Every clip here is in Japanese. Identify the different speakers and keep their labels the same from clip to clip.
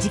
Speaker 1: 時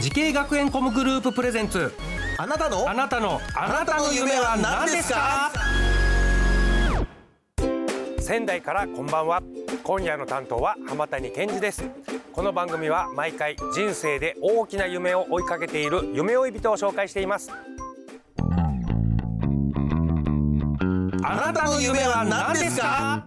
Speaker 2: 時系学園コムグループプレゼンツ
Speaker 3: あなたの
Speaker 2: あなたのあなたの夢は何ですか仙台からこんばんは今夜の担当は浜谷健二ですこの番組は毎回人生で大きな夢を追いかけている夢追い人を紹介していますあなたの夢は何ですか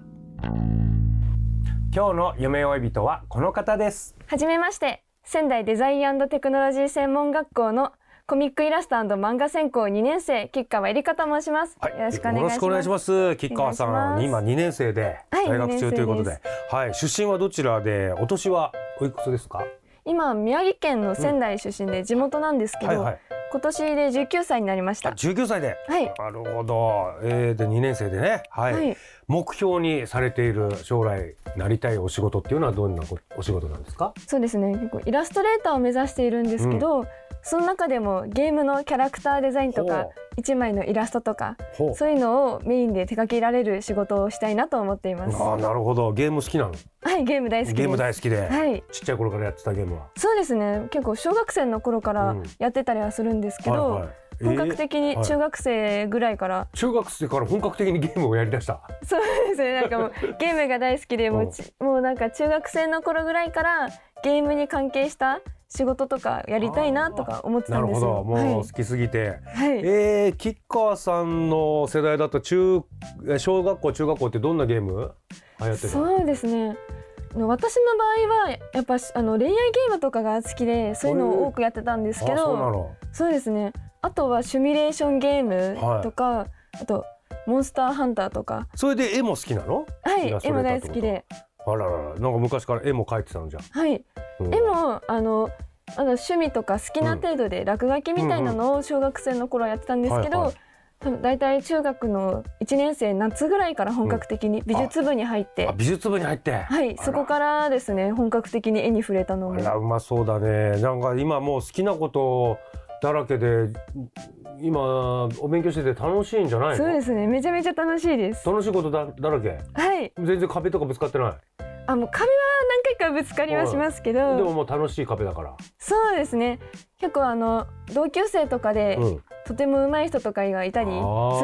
Speaker 2: 今日の夢追い人はこの方です
Speaker 4: はじめまして仙台デザインテクノロジー専門学校のコミックイラスト漫画専攻2年生吉川えりかと申します、よろしくお願いします
Speaker 2: ます。吉川
Speaker 4: お願
Speaker 2: さん、
Speaker 4: いし
Speaker 2: 今
Speaker 4: ます
Speaker 2: 2年生で
Speaker 4: はい
Speaker 2: 大学中ということで、
Speaker 4: 二
Speaker 2: はい
Speaker 4: 年、
Speaker 2: 出身はどちらで、お年はおいくつですか。
Speaker 4: 今宮城県の仙台出身で地元なんですけど、
Speaker 2: はいはい。
Speaker 4: 今年で19歳になりまし
Speaker 2: あ、
Speaker 4: た
Speaker 2: 19歳で。
Speaker 4: はい
Speaker 2: なるほど。えー、で2年生でね、はい、
Speaker 4: はい
Speaker 2: 目標にされている将来なりたいお仕事っていうのはどんなこお仕事なんですか。
Speaker 4: そうですね結構イラストレーターを目指しているんですけど、その中でもゲームのキャラクターデザインとか
Speaker 2: ほ
Speaker 4: 一枚のイラストとか
Speaker 2: ほう。
Speaker 4: そういうのをメインで手掛けられる仕事をしたいなと思っています
Speaker 2: あー、なるほど。ゲーム好きなの。
Speaker 4: はいゲーム大好きです
Speaker 2: ゲーム大好きで、
Speaker 4: はい
Speaker 2: ちっちゃい頃からやってたゲームは。
Speaker 4: そうですね結構小学生の頃から
Speaker 2: うん
Speaker 4: やってたりはするんですけど、
Speaker 2: はいはいえー
Speaker 4: 本格的に中学生ぐらいから、
Speaker 2: 中学生から本格的にゲームをやりだした。
Speaker 4: そうですねなんかもうゲームが大好きでも
Speaker 2: うん
Speaker 4: うちもうなんか中学生の頃ぐらいからゲームに関係した仕事とかやりたいなとか思って
Speaker 2: な
Speaker 4: た
Speaker 2: る
Speaker 4: んで
Speaker 2: ほ
Speaker 4: す
Speaker 2: ど。
Speaker 4: よ。
Speaker 2: もう好きすぎて、
Speaker 4: はい、はい
Speaker 2: えー、吉川さんの世代だと中えー小学校中学校ってどんなゲーム流行ってるの
Speaker 4: そうですねあの私の場合はやっぱしあの恋愛ゲームとかが好きでそういうのを多くやってたんですけ
Speaker 2: あ
Speaker 4: ど
Speaker 2: そうなの
Speaker 4: そうですねあとはシミュレーションゲームとか、あとモンスターハンターとか
Speaker 2: それで絵も好きなの
Speaker 4: はい
Speaker 2: イラスト
Speaker 4: 絵
Speaker 2: レ
Speaker 4: も
Speaker 2: ーターって
Speaker 4: 大
Speaker 2: こ
Speaker 4: 好
Speaker 2: と
Speaker 4: きで
Speaker 2: あらららなんか昔から絵も描いてたのじゃん、
Speaker 4: はい
Speaker 2: うん
Speaker 4: 絵もあのあの趣味とか好きな程度で落書きみたいなのを小学生の頃はやってたんですけ
Speaker 2: はいは
Speaker 4: ど
Speaker 2: い
Speaker 4: 多分大体中学の1年生夏ぐらいから本格的に美術部に入って、
Speaker 2: あ美術部に入っては
Speaker 4: はいそこからですね本格的に絵に触れたの
Speaker 2: あ
Speaker 4: も
Speaker 2: らうまそうだねなんか今もう好きなことだらけで今お勉強してて楽しいんじゃないの
Speaker 4: そうですねめちゃめちゃ楽しいです
Speaker 2: 楽しいことだだらけ
Speaker 4: はい
Speaker 2: 全然壁とかぶつかってない、
Speaker 4: あもう壁は何回かぶつかりはしますけ
Speaker 2: でも
Speaker 4: ど
Speaker 2: もう楽しい壁だから、
Speaker 4: そうですね結構あの同級生とかで、
Speaker 2: うん、
Speaker 4: とても上手い人とかがいたり
Speaker 2: あ
Speaker 4: す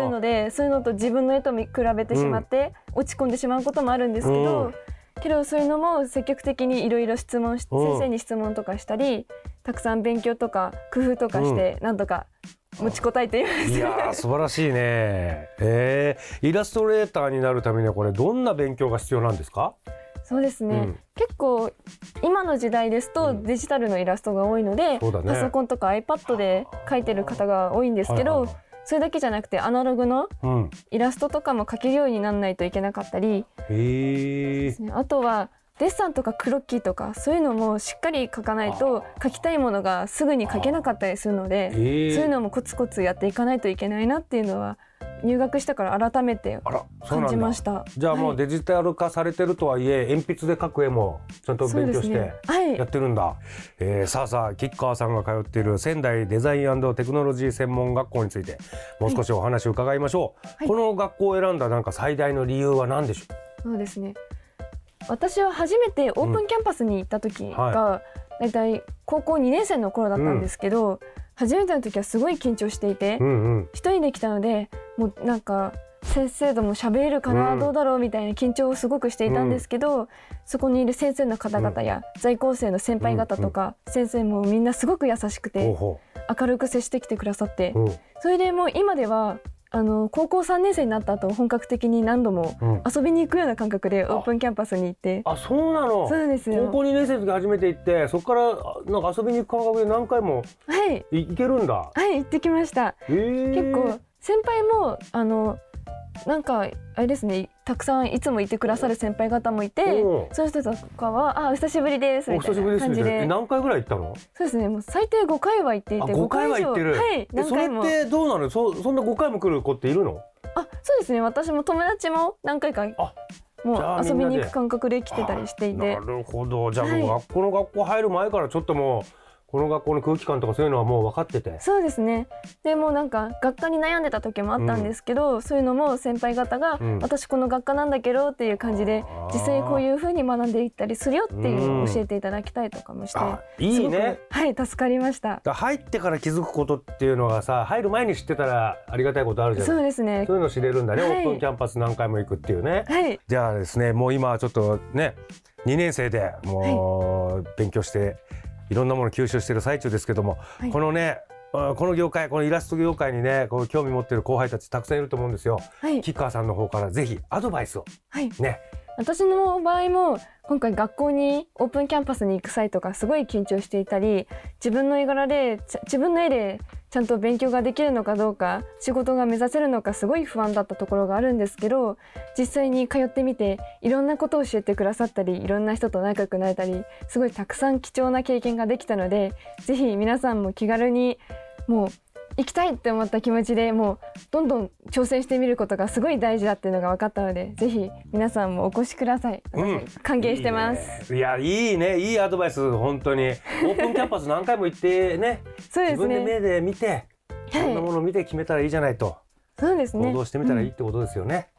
Speaker 2: ー
Speaker 4: るのでそういうのと自分の絵と見比べてしまって、落ち込んでしまうこともあるんですけ
Speaker 2: う
Speaker 4: ど、
Speaker 2: ん
Speaker 4: けどそういうのも積極的にいろいろ質問し、
Speaker 2: うん
Speaker 4: 先生に質問とかしたりたくさん勉強とか工夫とかして、なんとか持ちこたえています。
Speaker 2: いやー素晴らしいね。えー、イラストレーターになるためにはこれどんな勉強が必要なんですか？
Speaker 4: そうですね、
Speaker 2: うん
Speaker 4: 結構今の時代です
Speaker 2: う
Speaker 4: と
Speaker 2: ん
Speaker 4: デジタルのイラストが多いので、
Speaker 2: そうだね
Speaker 4: パソコンとか iPad で描いてる方が多いんですけど、
Speaker 2: はいはいはい
Speaker 4: それだけじゃなくてアナログの
Speaker 2: うん。
Speaker 4: イラストとかも描けるようにならないといけなかったり
Speaker 2: へえ
Speaker 4: です。ねあとはデッサンとかクロッキーとかそういうのもしっかり描かないと描きたいものがすぐに描けなかったりするので
Speaker 2: え
Speaker 4: そう
Speaker 2: ー、
Speaker 4: いうのもコツコツやっていかないといけないなっていうのは入学したから改めて
Speaker 2: あらそう
Speaker 4: 感
Speaker 2: な
Speaker 4: じ
Speaker 2: んだ
Speaker 4: まし。た。
Speaker 2: じゃあもうデジタル化されてるとはいえ、鉛筆で描く絵もちゃんと
Speaker 4: そう
Speaker 2: 勉
Speaker 4: で
Speaker 2: 強
Speaker 4: す
Speaker 2: して
Speaker 4: ね。は い
Speaker 2: やってるんだ、えーさあさあ吉川さんが通っている仙台デザインテクノロジー専門学校についてもう少しお話を伺いましょう、
Speaker 4: はい
Speaker 2: この学校を選んだなんか最大の理由は何でしょ
Speaker 4: そうですね私は初めてオープンキャンパスに行った時が大体高校2年生の頃だったんですけど初めての時はすごい緊張していて
Speaker 2: う、うんうん、
Speaker 4: 一人で来たのでもうなんか先生とも喋れるかな、
Speaker 2: うん
Speaker 4: どうだろうみたいな緊張をすごくしていたんですけど、そこにいる先生の方々や在校生の先輩方とか、先生もみんなすごく優しく
Speaker 2: ほう
Speaker 4: て
Speaker 2: ほ
Speaker 4: 明るく接してきてくださって、
Speaker 2: う、うん
Speaker 4: それでもう今ではあの高校3年生になった後本格的に何度も
Speaker 2: うん、
Speaker 4: 遊びに行くような感覚でオープンキャンパスに行って
Speaker 2: あそうなの
Speaker 4: そうなんです
Speaker 2: 高
Speaker 4: よ
Speaker 2: 校。2年生の時初めて行ってそこからあなんか遊びに行く感覚で何回も
Speaker 4: はい
Speaker 2: い行けるんだ。
Speaker 4: はい行ってきました
Speaker 2: えー
Speaker 4: 結構先輩もあのなんかあれですねたくさんいつもいてくださる先輩方もいて
Speaker 2: おう
Speaker 4: そういう人とかは「あお久しぶりです」
Speaker 2: お
Speaker 4: みた
Speaker 2: 久
Speaker 4: い
Speaker 2: しぶりです
Speaker 4: な感
Speaker 2: み
Speaker 4: じ
Speaker 2: たいなえ
Speaker 4: で
Speaker 2: 何回ぐらい行ったの
Speaker 4: そうですねもう最低5回は行ってい
Speaker 2: あ
Speaker 4: て
Speaker 2: 5回は行ってる
Speaker 4: 5回以上
Speaker 2: え
Speaker 4: はい何
Speaker 2: それ
Speaker 4: 回も
Speaker 2: ってどうなのそそんな5回も来る子っているの
Speaker 4: あそうですね私も友達も何回か
Speaker 2: あじゃ
Speaker 4: も
Speaker 2: あ
Speaker 4: う遊び
Speaker 2: みん
Speaker 4: に
Speaker 2: な
Speaker 4: 行
Speaker 2: で
Speaker 4: く感覚で来てたりしてい
Speaker 2: な
Speaker 4: て
Speaker 2: るほどじゃあもう
Speaker 4: はい
Speaker 2: 学校の学校入る前からちょっともうこの学校の空気感とかそういうのはもう分かってて
Speaker 4: そうですねでもうなんか学科に悩んでた時もあったんですけど、そういうのも先輩方が、
Speaker 2: うん
Speaker 4: 私この学科なんだけどっていう感じで
Speaker 2: あー
Speaker 4: 実際こういう風に学んでいったりするよっていうのを教えていただきたいとかもして、
Speaker 2: あいいね
Speaker 4: はい助かりまし
Speaker 2: だ
Speaker 4: た
Speaker 2: から入ってから気づくことっていうのがさ入る前に知ってたらありがたいことあるじゃない
Speaker 4: そうですね
Speaker 2: そういうの知れるんだね、
Speaker 4: はい
Speaker 2: オープンキャンパス何回も行くっていうね。
Speaker 4: はい
Speaker 2: じゃあですねもう今はちょっとね2年生でもう勉強していろんなもの吸収してる最中ですけども、
Speaker 4: い
Speaker 2: このねうんこの業界このイラスト業界にねこう興味持ってる後輩たちたくさんいると思うんですよ。
Speaker 4: はい
Speaker 2: キッカーさんの方からぜひアドバイスを
Speaker 4: はい
Speaker 2: ね。
Speaker 4: 私の場合も今回学校にオープンキャンパスに行く際とかすごい緊張していたり自分の絵柄でちゃ自分の絵でちゃんと勉強ができるのかどうか仕事が目指せるのかすごい不安だったところがあるんですけど実際に通ってみていろんなことを教えてくださったりいろんな人と仲良くなれたりすごいたくさん貴重な経験ができたのでぜひ皆さんも気軽にもう行きたいって思った気持ちでもうどんどん挑戦してみることがすごい大事だっていうのが分かったのでぜひ皆さんもお越しください、
Speaker 2: うん
Speaker 4: 歓迎してます
Speaker 2: いいねいやいいねいいアドバイス本当に。オープンキャンパス何回も行ってね
Speaker 4: そうで
Speaker 2: 自
Speaker 4: す
Speaker 2: 分で目
Speaker 4: ね
Speaker 2: で見ていろんな
Speaker 4: は
Speaker 2: も
Speaker 4: い
Speaker 2: のを見て決めたらいいじゃないと。
Speaker 4: そうですね
Speaker 2: 行動してみたらいいってことですよね。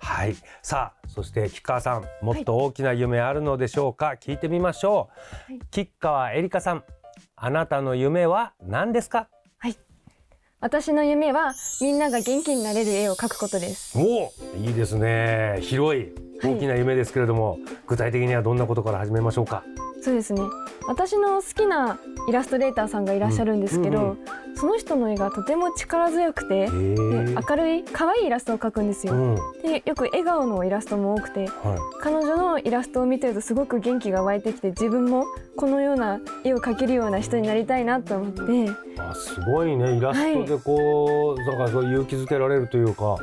Speaker 2: はい、さあ、そして吉川さん、もっと大きな夢あるのでしょうか、聞いてみましょう。
Speaker 4: はい
Speaker 2: 吉川エリカさん、あなたの夢は何ですか。
Speaker 4: 私の夢はみんなが元気になれる絵を描くことです
Speaker 2: おお、いいですね。広い
Speaker 4: はい
Speaker 2: 大きな夢ですけれども、具体的にはどんなことから始めましょうか。
Speaker 4: そうですね私の好きなイラストレーターさんがいらっしゃるんですけど、
Speaker 2: うんう
Speaker 4: その人の絵がとても力強くて
Speaker 2: え、
Speaker 4: で明るい可愛いイラストを描くんです
Speaker 2: う
Speaker 4: よ、
Speaker 2: ん、は
Speaker 4: でよく笑顔のイラストも多くて彼女のイラストを見てるとすごく元気が湧いてきて自分もこのような絵を描けるような人になりたいなと思って
Speaker 2: い。あ、すごいね。イラストでこう、だからそう勇気づけられるというか。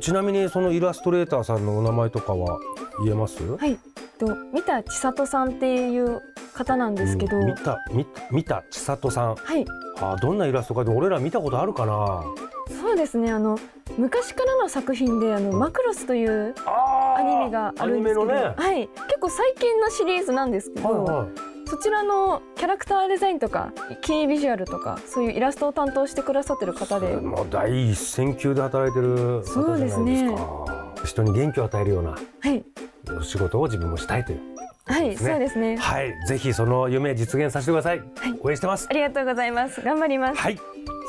Speaker 2: ちなみにそのイラストレーターさんのお名前とかは言えます？
Speaker 4: はいと三田千里さんっていう方なんですけど、
Speaker 2: うん見た見見た千里さん
Speaker 4: はい
Speaker 2: あーどんなイラストかでも俺ら見たことあるかな
Speaker 4: そうですねあの昔からの作品であのマクロスという
Speaker 2: あ
Speaker 4: アニメがあるんですけど、
Speaker 2: アニメのね
Speaker 4: はい結構最近のシリーズなんですけど、
Speaker 2: は
Speaker 4: そちらのキャラクターデザインとかキービジュアルとかそういうイラストを担当してくださってる方
Speaker 2: いはい
Speaker 4: で
Speaker 2: もう第一線級で働いてる
Speaker 4: そ
Speaker 2: 方
Speaker 4: う
Speaker 2: じゃ
Speaker 4: で
Speaker 2: な
Speaker 4: す
Speaker 2: いです
Speaker 4: ね
Speaker 2: か人に元気を与えるような
Speaker 4: はい
Speaker 2: お仕事を自分もしたいという
Speaker 4: は
Speaker 2: そうで
Speaker 4: い
Speaker 2: すね
Speaker 4: そうですね
Speaker 2: はいぜひその夢実現させてください、
Speaker 4: い
Speaker 2: 応援してます
Speaker 4: ありがとうございます頑張ります
Speaker 2: はい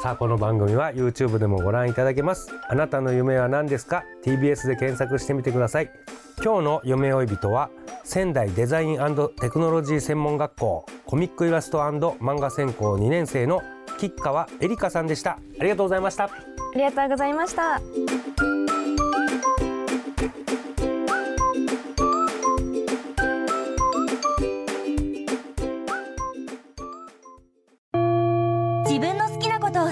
Speaker 2: さあこの番組は YouTube でもご覧いただけますあなたの夢は何ですか TBS で検索してみてください今日の夢追い人は仙台デザインテクノロジー専門学校コミックイラスト漫画専攻2年生の吉川エリカさんでしたありがとうございました
Speaker 4: ありがとうございました
Speaker 5: 自分の好きなことを